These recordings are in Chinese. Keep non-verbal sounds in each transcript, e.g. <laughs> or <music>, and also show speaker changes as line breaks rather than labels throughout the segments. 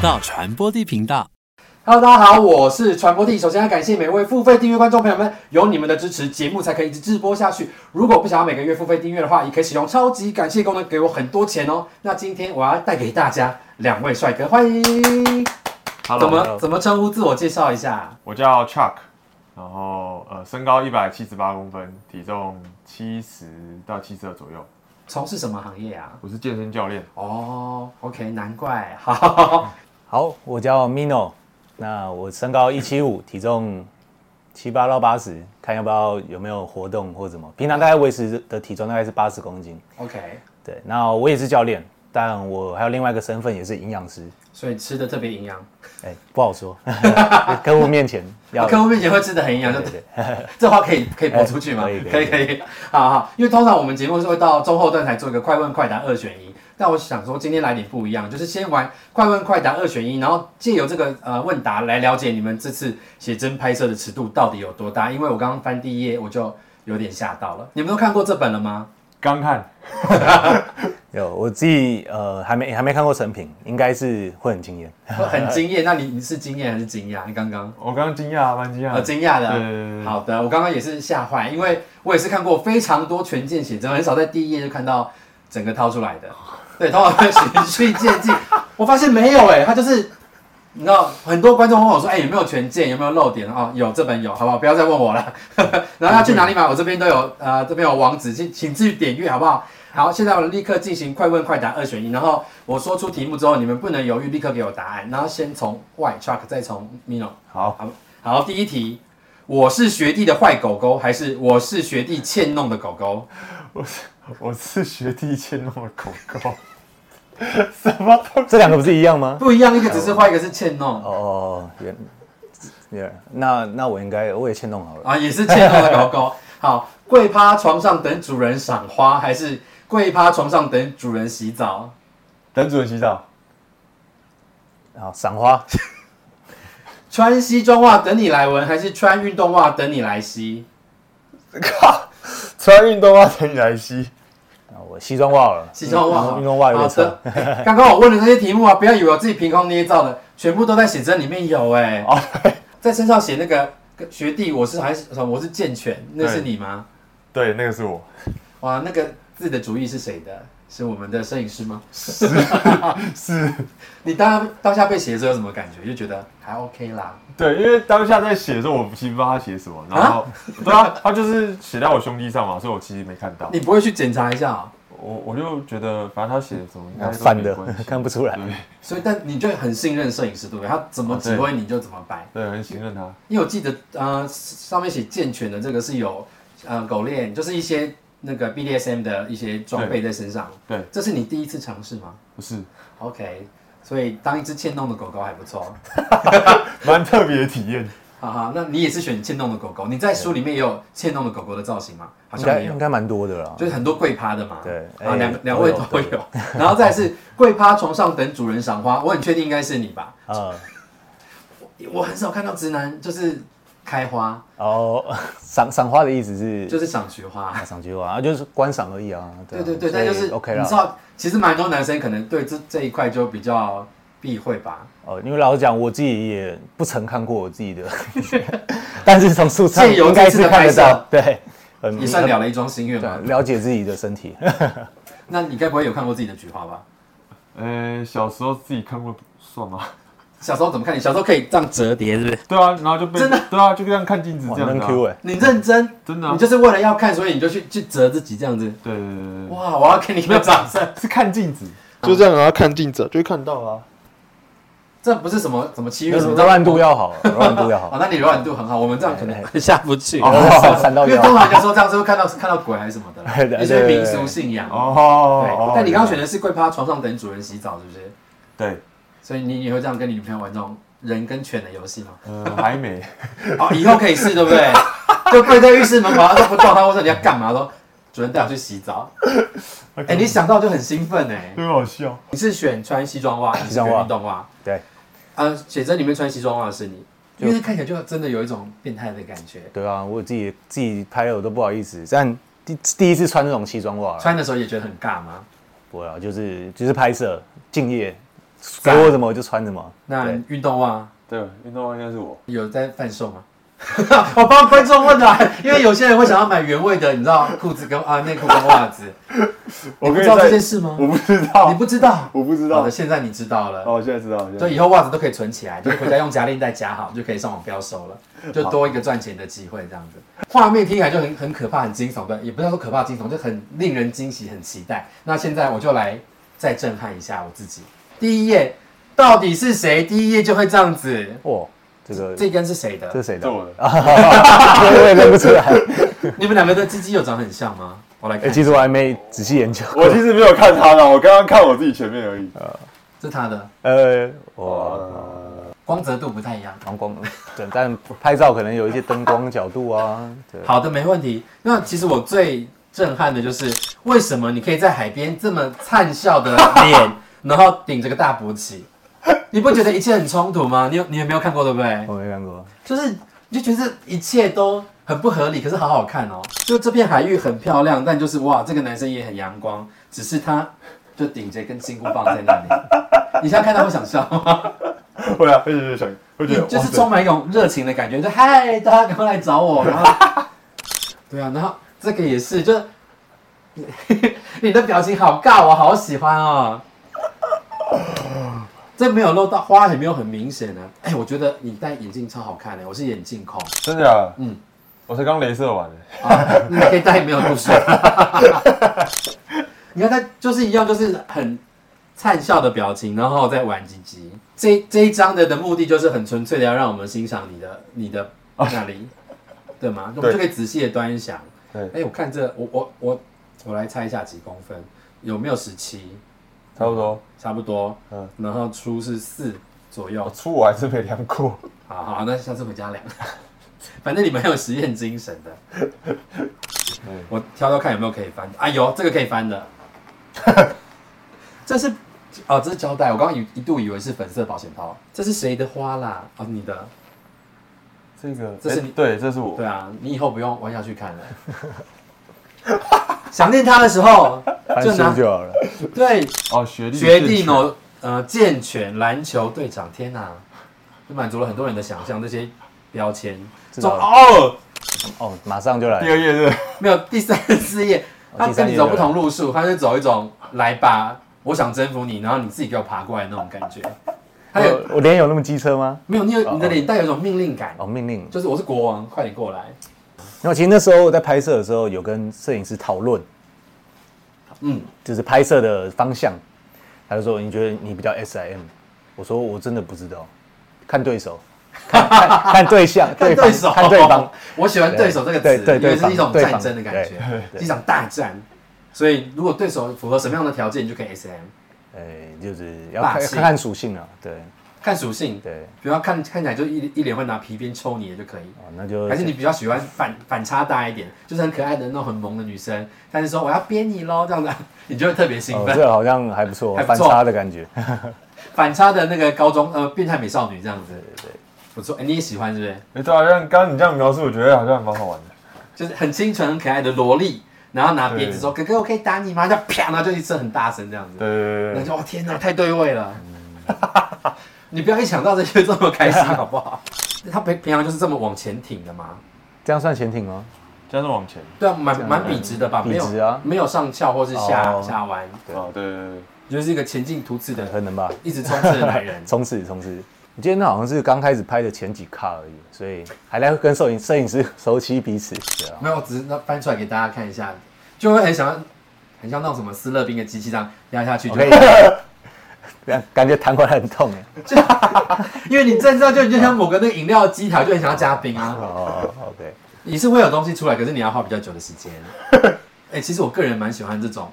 到传播地频道。
Hello，大家好，我是传播帝。首先要感谢每位付费订阅观众朋友们，有你们的支持，节目才可以一直直播下去。如果不想要每个月付费订阅的话，也可以使用超级感谢功能给我很多钱哦。那今天我要带给大家两位帅哥，欢迎。
Hello，
怎么怎么称呼？自我介绍一下。
我叫 Chuck，然后呃，身高一百七十八公分，体重七十到七十二左右。
从事什么行业啊？
我是健身教练，
哦、o k 难怪。好，
好，我叫 Mino，那我身高一
<laughs>
七五，体重七八到八十，看要不要有没有活动或什么。平常大概维持的体重大概是八十公斤。
OK，
对，那我也是教练，但我还有另外一个身份也是营养师。
所以吃的特别营养，
哎、不好说， <laughs> 客户面前
<laughs>
要
客户面前会吃的很营养，就
对对
<laughs> 这话可以可以播出去吗？
哎可以
可
可
以
以
可以，好好，因为通常我们节目是会到中后段才做一个快问快答二选一，但我想说今天来点不一样，就是先玩快问快答二选一，然后借由这个呃问答来了解你们这次写真拍摄的尺度到底有多大，因为我刚刚翻第一页我就有点吓到了。你们都看过这本了吗？
刚看
有我自己呃还没还没看过成品，应该是会很
<laughs>
惊艳。
我很惊艳，那你你是惊艳还是惊讶？你刚刚？
我刚刚惊讶，啊蛮惊讶
呃，
的，
惊讶的
对对对对，
好的，我刚刚也是吓坏，因为我也是看过非常多全件写真，很少在第一页就看到整个掏出来的。对，通常会循序渐进。我发现没有哎、他就是，你知道，很多观众问我说，哎、有没有全件，有没有漏点哦？有这本有，好不好？不要再问我了。 <laughs> 然后要去哪里买，我这边都有，呃，这边有网址，请请自己点阅，好不好？好，现在我立刻进行快问快答二选一，然后我说出题目之后，你们不能犹豫，立刻给我答案，然后先从 Y Chuck，再从 Mino。
好，
好，第一题，我是学弟的坏狗狗，还是我是学弟欠弄的狗狗？
我是学弟欠弄的狗狗，什么都
这两个不是一样吗？
不一样，一个只是坏，一个是欠弄
哦，原原那那我应该我也欠弄好了。
啊，也是欠弄的狗狗。 <laughs> 好，跪趴床上等主人赏花，还是跪趴床上等主人洗澡？
等主人洗澡，
好，赏花，
穿西装袜等你来闻，还是穿运动袜等你来吸？
靠，穿运动袜等你来洗，
那啊我西装袜好了。
西装袜，
嗯运动袜有
好
点
的。哎刚刚我问的这些题目啊，不要以为我自己凭空捏造的，全部都在写真里面有哎、
哦
在身上写那个学弟，我是还是什么？我是健全，那是你吗？
对，那个是我，
哇，那个字的主意是谁的？是我们的摄影师吗？
是，
<laughs> 你当当下被写的时候有什么感觉？就觉得还 OK 啦。
对，因为当下在写的时候，我其实不知道他写什么，然后，对啊，他就是写在我胸肌上嘛，所以我其实没看到，
你不会去检查一下、哦，
我我就觉得，反正他写的什么应该都没
反的
关系
看不出来。
对
所以但你就很信任摄影师，对不对？他怎么
哦
指挥你就怎么摆。
对，很信任他。
因为我记得呃上面写健全的这个是有呃狗链，就是一些那个 BDSM 的一些装备在身上。
对，
这是你第一次尝试吗
不是，
？OK，所以当一只欠弄的狗狗还不错。
蛮特别的体验。
哈啊哈，那你也是选欠弄的狗狗？你在书里面也有欠弄的狗狗的造型吗？好
应
像
该
没有
应。该蛮多的啦。
就是很多跪趴的嘛，
对
啊，
哎
两
都
两位
有
都
都
有，然后再来是跪趴床上等主人赏花，我很确定应该是你吧，
啊、
我很少看到直男就是开花，
哦，赏赏花的意思是
就是是赏菊花，
赏菊花，啊就是观赏而已啊。
对
啊
对对，
所以
但就是
OK
你知
啦。
道，其实蛮多男生可能对这这一块就比较避讳吧，
哦，因为老实讲，我自己也不曾看过我自己的， <laughs> 但是从书上
借由
应该
这次
是
的
看
拍
得
摄
到，对，很
也算了
很
了一桩心愿吧。
嗯对了啊解自己的
<laughs>
身体。
那你该不会有看过自己的菊花吧？
<laughs> 呃，小时候自己看过
<laughs>
算吗？
小时候怎么看？你小时候可以这样折叠，是不是？
对啊，然后就被
真的
对啊，就这样看镜子
哇，
这
<laughs>
样
能
子、啊。
Q 哎、
你认真，
真的啊
欸你就是为了要看，所以你就去去折自己这样子。
对对对对对，
哇，我要给你一个掌声！
是看镜子。
就这样，然后看镜子就会看到啊。
这不是什么什么七月
那
什么
柔软度
<laughs>
要好，柔软度要
啊，
好。
那你柔软度很好，我们这样可能会下不 <laughs> 去。
哦，三
因
到
为
六
通。常人家说这样是会看到看到鬼还是什么的
对对
啦，
对
一些民俗信仰。
哦哦
对，但你刚刚选
的
的是跪趴床上等主人洗澡，是不是？
对，
所以你以后这样跟你女朋友玩这种人跟犬的游戏吗？
呃，还没，
哦，以后可以试，对不对？就跪在浴室门口，他都不动，他或者你要干嘛都。主人带我去洗澡，哎、你想到 <laughs> 就很兴奋哎、
很好笑。
你是选穿西装袜，还是
西装袜
选运动袜？
对，
啊，写真里面穿西装袜的是你，因为看起来就真的有一种变态的感觉。
对啊，我自己自己拍的我都不好意思，但第第一次穿这种西装袜啊，
穿的时候也觉得很尬吗？
不会啊，就是就是拍摄敬业，给我什么我就穿什么。
那
对
运动袜啊
对，运动袜应该是我。
有在贩售吗？ <laughs> 我帮观众问的，啊因为有些人会想要买原味的，你知道裤子跟啊内裤跟袜子，
我
你不知
跟你
道这
在
件事吗？
我不知
你
道，
不知道？
我不知
好
道
的，。现在你知道了。
哦，我现在知道，我现在
所以以后袜子都可以存起来，就回家用夹链袋夹好，就可以上网标售了，就多一个赚钱的机会。这样子，画面听起来就很很可怕、很惊悚，对，也不是说可怕惊悚，就很令人惊喜、很期待。那现在我就来再震撼一下我自己。第一页到底是谁？第一页就会这样子，
哇，哦这个
这根是谁的
这？谁的？
做
啊
了。
<laughs> 我也认
<laughs>
不出来。
你们两个的鸡鸡有长很像吗？我来
哎
看，
其实我还没仔细研究。
我其实没有看他的，我刚刚看我自己前面而已。
啊
<laughs>
这是他的
呃，我
光泽度不太一样。
光光，对，但拍照可能有一些灯光角度啊。对，
好的，没问题。那其实我最震撼的就是，为什么你可以在海边这么灿笑的脸，然后顶着个大勃起？你不觉得一切很冲突吗？你有你有没有看过，对不对？
我没看过。
就是你就觉得一切都很不合理，可是好好看哦。就这片海域很漂亮，但就是哇，这个男生也很阳光，只是他就顶着一根金箍棒在那里。你现在看到会想笑吗？
会啊，会觉得想，会觉得
<laughs> 就
哇
是
塞
充满一种热情的感觉，就嗨，大家赶快来找我，然后，
<laughs>
对啊，然后这个也是，就 <laughs> 你的表情好尬，我好喜欢
<laughs>
哦。这没有露到花，也没有很明显啊。哎、我觉得你戴眼镜超好看的、我是眼镜控
真的假？
嗯
嗯，我才刚镭射完。
<laughs> 啊，你可以戴没有度数。 <laughs> 你看他就是一样，就是很灿笑的表情，然后再玩鸡鸡。这这一张的的目的就是很纯粹的要让我们欣赏你的你的
哦
那里，对吗？我们就可以仔细的端详。
对
哎、我看这我我我我来猜一下几公分，有没有十七？
差不多。
差不多，嗯
嗯，
然后粗是四左右
我。出我还是没量过，
好好，那下次回家量。 <laughs> 反正你们很有实验精神的。我挑挑看有没有可以翻。啊，有这个可以翻的。 <laughs> 这是哦，这是胶带。我刚刚一一度以为是粉色保险套。这是谁的花啦？哦，你的。
这个
这是
哎
你
对，这是我
对啊，你以后不用弯下去看了。 <laughs> 想念他的时候
翻
就
书
啊
拿
就好了。
对
哦，学历
决定哦，呃，健全篮球队长，天哪，就满足了很多人的想象。这些标签，
知道了
哦，
哦，马上就来
第。二页是
没有第三四页，
哦
他
第
跟
三
你
页
走
对
不同路数，他就走一种来吧，我想征服你，然后你自己给我爬过来那种感觉。还有
我我脸有那么机车吗？
没有你有
哦
你的脸带有一种命令感，
哦，命令。
就是我是国王，快点过来。
然后其实那时候我在拍摄的时候，有跟摄影师讨论，
嗯，
就是拍摄的方向。他就说：“你觉得你比较 S I M？” 我说：“我真的不知道，看对手，看看看对象，
<laughs> 看
方
对手，
看对
<laughs>
方。，
我喜欢对手这个
对
词，
对
因为
对
是一种
对
战
方
争的感觉
对，对
是一场大战。所以如果对手符合什么样的条件，你就可以 S M
哎，就是要
霸
看
气
看看属性了。对
看属性，
对，
比方看看起来就一一脸会拿皮鞭抽你的就可以。
哦，那就
还是你比较喜欢反反差大一点，就是很可爱的那种很萌的女生，但是说我要编你喽这样子，你就会特别兴
哦，
奋。
这个好像还不错，
还不
反
错
差的感觉。
反差的那个高中呃变态美少女这样子，不错、哎你也喜欢是不是？
哎，对啊，像刚刚你这样描述，我觉得好像蛮好玩的。
就是很清纯很可爱的萝莉，然后拿鞭子说哥哥我可以打你吗？就啪，然后就一声很大声这样子，
对对对
然后
对
就哦天哪太对味了，
嗯
<laughs> 你不要一想到这些就这么开心好不
<laughs>
好？他平平常就是这么往前挺的嘛，
这样算潜艇吗？
这样是往前。
对啊，蛮蛮笔直的吧，
笔
没有
直啊
没有上翘或是下、
哦
下弯，
哦，对对对，
就是一个前进突刺的
可能吧。。
一直冲刺的男人
<laughs> 冲刺冲刺。我记得那好像是刚开始拍的前几卡而已，所以还来跟摄影摄影师熟悉彼此。对啊，
没有，我只是那翻出来给大家看一下，就会很想要，很像那种什么斯乐冰的机器这样压下去就
可以，这样 <laughs> 感觉弹回来很痛哎。
因为你正照就就像某个那个饮料机台，就很想要加冰啊。
<laughs> 哦哦，OK，
你是会有东西出来，可是你要花比较久的时间。 <laughs> 哎、其实我个人蛮喜欢这种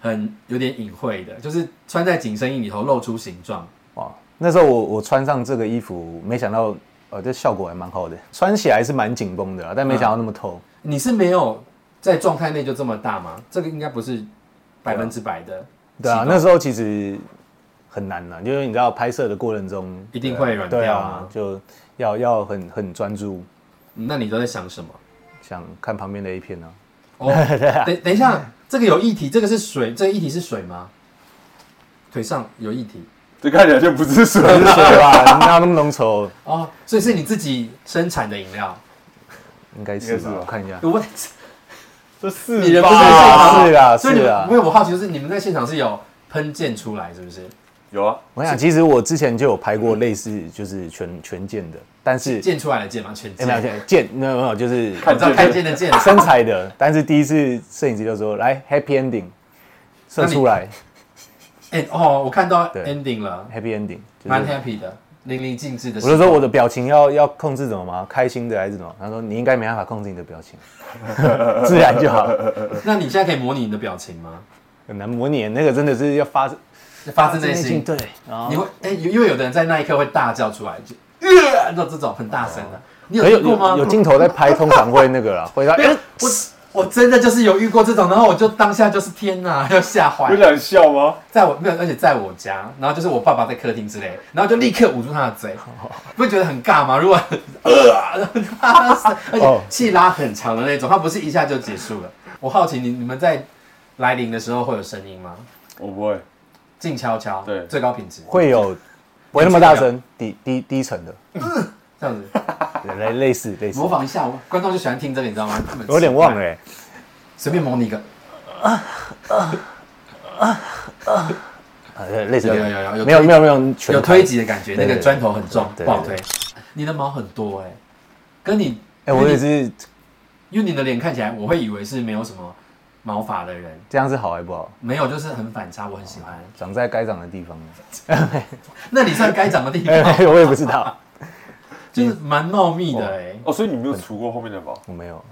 很有点隐晦的，就是穿在紧身衣里头露出形状。
哇，哦那时候我我穿上这个衣服，没想到呃这效果还蛮好的，穿起来是蛮紧绷的啊，但没想到那么透。
你是没有在状态内就这么大吗？这个应该不是百分之百的。
对啊，
启动
那时候其实很难呐，因为你知道拍摄的过程中
一定会软
对
掉
啊
啊，
就要要很很专注，
嗯那你都在想什么？
想看旁边的 A 片啊。 <laughs>
哦，等等一下，这个有液体，这个是水，这个液体是水吗？腿上有液体，
这看起来就不是水啊
<laughs> 不是水啊吧？哪有那么浓稠？
哦，所以是你自己生产的饮料。
应该是
应该
吧
是吧？
我看一下。
我问， <laughs>
这
你
是
人不是
吧？
是啊
所以你
是啊
们因为我好奇，就是你们在现场是有喷溅出来，是不是？
有啊，
我想，其实我之前就有拍过类似就是全全健的，但是
溅出来的溅吗？全
哎没有
溅。
健健没有没有就是
我知道看见的
<laughs>
见，
身材的，但是第一次摄影师就说来 happy ending，射出来
哎、哦，我看到
对
ending 了，
happy ending，就
蛮
是
happy 的，淋漓尽致的。
我就说我的表情要要控制怎么吗？开心的还是怎么？他说你应该没办法控制你的表情， <laughs> 自然就好，
那你现在可以模拟你的表情吗？
很难模拟。那个真的是要发自
发自内心，
对，然后
你会哎、有因为有的人在那一刻会大叫出来，就呃，那这种很大声的，你有
有
遇过
哦有
吗？
有镜头在拍，通常会那个啦，会让
没有，我我真的就是有遇过这种，然后我就当下就是天哪， <laughs> 要吓坏
有
了。
点笑吗？
在我没有，而且在我家，然后就是我爸爸在客厅之类，然后就立刻捂住他的嘴，
哦
不会觉得很尬吗？如果 <laughs> 呃，
哦
而且气拉很长的那种，他不是一下就结束了。我好奇你你们在来临的时候会有声音吗？
我不会，
静悄悄，
对
最高品质
会有不会那么大声，低低低沉的，
这样子
对类类似类似
模，仿一下，我观众就喜欢听这个，你知道吗？
我有点忘了，欸
随便模拟一个，
啊，对类似这
有
个
有有有有
没有没有没有全
有
开
推挤的感觉，那
对
个
对
砖头很重，
对
不好推
对。
你的毛很多哎，跟你
哎、我也是，
因为你的脸看起来，我会以为是没有什么毛发的人，
这样是好还不好？
没有，就是很反差，我很喜欢。
长在该长的地方。
那你算该长的地
<laughs> 哎、
方，
我也不知道，
就是蛮茂密的哎。
哦，所以你没有除过后面的毛？
我没有。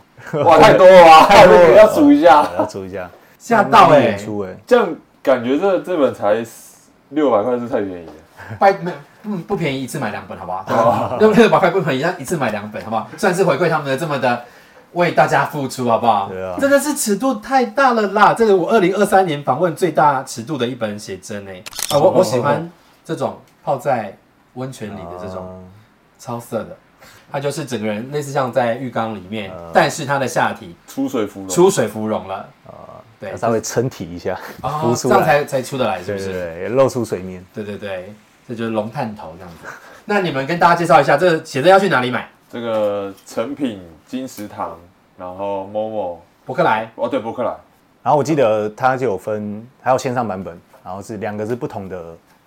哇，太多了吧，太多了，要数一
哦
下
我。要数
<laughs>
一下。
吓到
慢慢
哎
演！出哎，
这样感觉这这本才六百块是太便宜了。
拜没不不便宜，一次买两本好不
哦
好？六六百块不便宜，但一次买两本好不好？算是回馈他们的这么的为大家付出好不好？
对啊
真的是尺度太大了啦！这个我二零二三年访问最大尺度的一本写真哎、啊，
哦
我我喜欢这种泡在温泉里的这种。
哦
超色的，他就是整个人类似像在浴缸里面，
哦
但是他的下体
出水芙蓉，
出水芙蓉了，对
哦要稍微撑体一下，
哦
浮
这
出
样
来，
才才出得来，是
对
不是？
对对，露出水面。
对对对，这就是龙探头这样子。 <laughs> 那你们跟大家介绍一下，这个写真要去哪里买？
这个成品金石堂，然后 Momo，
博客来，
哦对，博客来，
然后我记得它就有分，还有线上版本，然后是两个是不同的，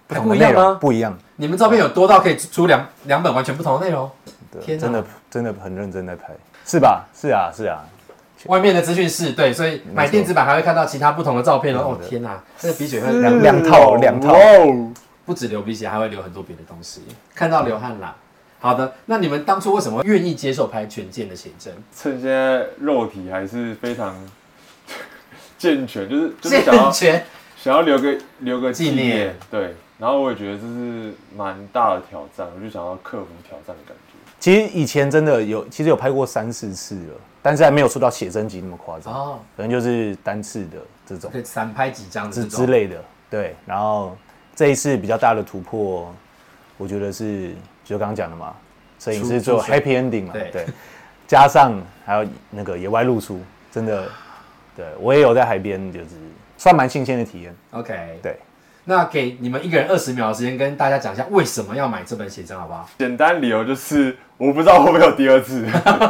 不同的
哎还不一样
内容
吗，
不一样。
你们照片有多到可以出两两本完全不同的内容？天
对，
哪
真的真的很认真在拍，是吧？是啊，是啊，
外面的资讯室对，所以买电子版还会看到其他不同的照片哦。
不同的
哦天哪，这个鼻血会
两两套两套
哇哦
不止流鼻血，还会流很多别的东西，看到流汗啦。好的，那你们当初为什么愿意接受拍全健的写真？
趁现在肉体还是非常 <laughs> 健全，就是就是
健
想要
全，
想要留个留个纪
纪念
念，对。然后我也觉得这是蛮大的挑战，我就想要克服挑战的感觉。
其实以前真的有，其实有拍过三四次了，但是还没有出到写真集那么夸张，
哦，
可能就是单次的这种
可以散拍几张的
之
这
之
种。
类的。对，然后这一次比较大的突破，我觉得是就刚刚讲的嘛，摄影师
出
最后
出水
happy ending 嘛，
对
对，加上还有那个野外露出，真的，对我也有在海边，就是算蛮新鲜的体验。
OK，
对，
那给你们一个人二十秒的时间，跟大家讲一下为什么要买这本写真，好不好？
简单理由就是我不知道会不会有第二次，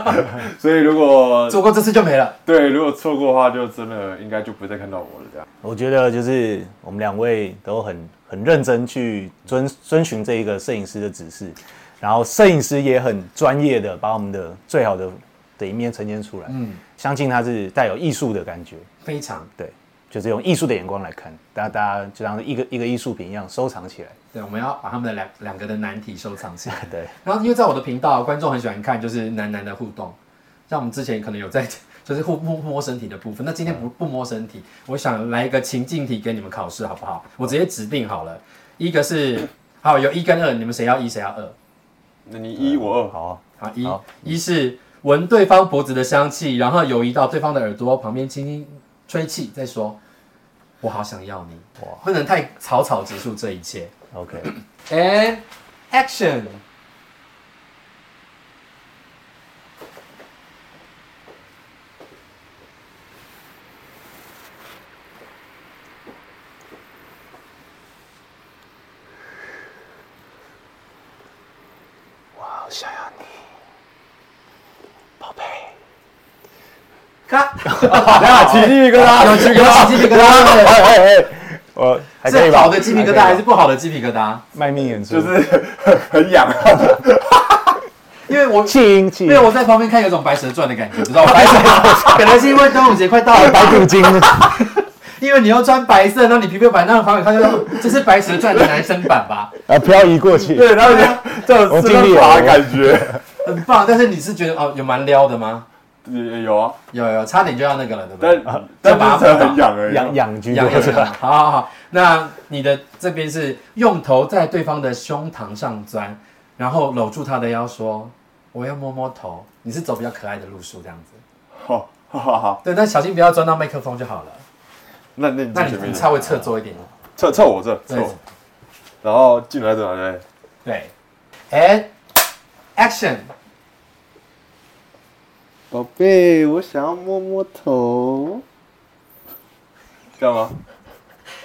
<laughs> 所以如果
做过这次就没了。
对如果错过的话，就真的应该就不会再看到我了这样。
我觉得就是我们两位都很很认真去遵遵循这一个摄影师的指示，然后摄影师也很专业的把我们的最好的的一面呈现出来。嗯，相信他是带有艺术的感觉，
非常，
对，就是用艺术的眼光来看，大家大家就像一个一个艺术品一样收藏起来。
对，我们要把他们的两两个的难题收藏起来。
对，
然后因为在我的频道，观众很喜欢看就是男男的互动，像我们之前可能有在就是互摸摸身体的部分，那今天不不摸身体，我想来一个情境题给你们考试好不好？我直接指定好了，一个是好有一跟二，你们谁要一谁要二？
那你一我二，
好啊、
好一
好
一是闻对方脖子的香气，然后游移到对方的耳朵旁边，轻轻吹气，再说我好想要你，不能太草草结束这一切。
o k
And action！看，
啊，起鸡皮
<laughs>
疙瘩，
有鸡皮疙瘩，鸡皮疙瘩，
哎哎哎，我还可以
是
吧
好的鸡皮疙瘩还是不好的鸡皮疙瘩？
卖命演出？
就是很很痒，
因为我
弃婴弃
因
婴
为我在旁边看有种《白蛇传》的感觉，不知道白蛇， <laughs> 可能是因为端午节快到了，
白骨精，
因为你要穿白色，然后你皮肤白，那旁边看到这是《白蛇传》的男生版 <laughs> 吧，
啊，漂移过去，
对，然后就这种
我
四
尽力
面
了
爬的
我
感觉，
<laughs> 很棒。但是你是觉得哦，有蛮撩的吗？
也有啊，
有有，差点就要那个了，对不对？
但但
把它
就是真的很痒而已。
养养居
杨
过
洋 <laughs>
去，，
好好好，那你的这边是用头在对方的胸膛上钻，然后搂住他的腰说：“我要摸摸头。”你是走比较可爱的路数这样子，
好，哦好好好，
对，但小心不要钻到麦克风就好了。
那那你
那
在
你
前面
你
一点
稍微侧坐一点，
侧侧我这侧我，然后进来怎么对？
对，哎，action，
宝贝，我想要摸摸头。
这样吗？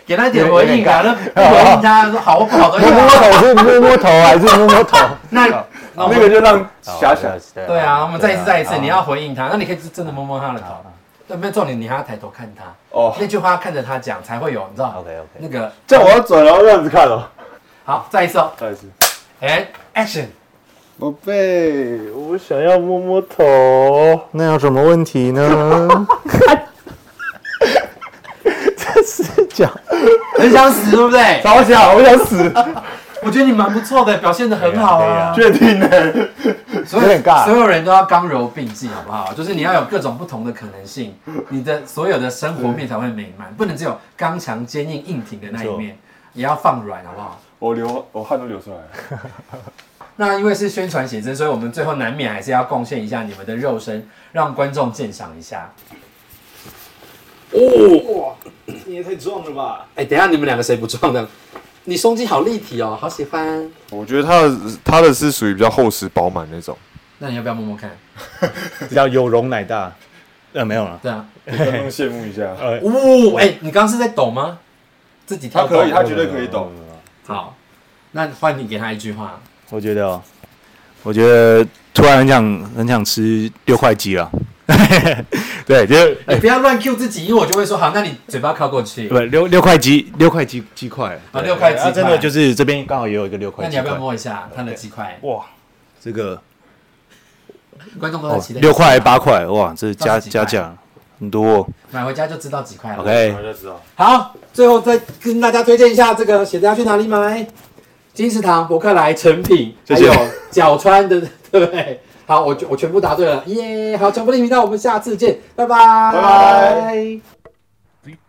给他一点回应啊，那不回应他说好不好的
摸摸头是摸摸头还是摸摸头？
那那我
那
们
个就让遐想，
对啊，我们再一次再一次，你要
好
回应他，那你可以真的摸摸他的头。对，没有重点，你还要抬头看他。
哦，
那句话看着他讲才会有，你知道
OK OK，
那个
这样我要转，然后这样子看哦。
好，再一次哦，
再一次，
哎，action，
宝贝，我想要摸摸头。
那有什么问
<laughs>
题呢？这是讲
很想死，对不对？
超想，我想死，
我觉得你蛮不错的，表现的很好啊。
确定呢？
所
有点尬
所有人都要刚柔并济，好不好？就是你要有各种不同的可能性，你的所有的生活面才会美满，不能只有刚强、坚硬、硬挺的那一面，也要放软，好不好？
我流，我汗都流出来了。
那因为是宣传写真，所以我们最后难免还是要贡献一下你们的肉身，让观众鉴赏一下。
你也太壮了吧！
哎、等一下你们两个谁不撞的？你胸肌好立体哦，好喜欢。
我觉得他的他的是属于比较厚实饱满那种，
那你要不要摸摸看？
叫有容乃大，呃，没有了，
对啊。
<laughs> 观众羡慕一下。
呜、哎、你刚刚是在抖吗？自己
他
跳
可以，
抖
他绝对可以懂。
好，那换你给他一句话。
我觉得哦，我觉得突然很想很想吃六块鸡了， <laughs> 对，就是
你
哎
哎不要乱 Q 自己，因为我就会说好，那你嘴巴靠过去
不。六六块鸡六块鸡鸡块
啊六块鸡块
啊真的就是这边刚好也有一个六块
那
鸡
你
块，
要不要摸一下他的鸡块？
哇，这个
观众都在
哦
期待。
六块，八块哇，这
到
加
底几块
加价很多哦
买回家就知道几块了。
，OK，
就知道。
好，最后再跟大家推荐一下这个鞋子要去哪里买，金石堂、博客来、成品，
谢谢
还有角川的，对不对？好，我我全部答对了，耶！好，传播力频道，我们下次见，拜拜，拜
拜。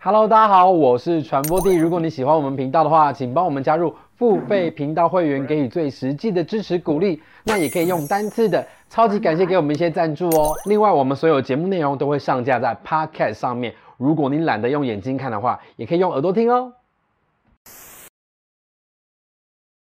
Hello，大家好，我是传播帝。如果你喜欢我们频道的话，请帮我们加入付费频道会员，给予最实际的支持鼓励。那也可以用单次的，超级感谢给我们一些赞助哦。另外，我们所有节目内容都会上架在 Podcast 上面，如果你懒得用眼睛看的话，也可以用耳朵听哦。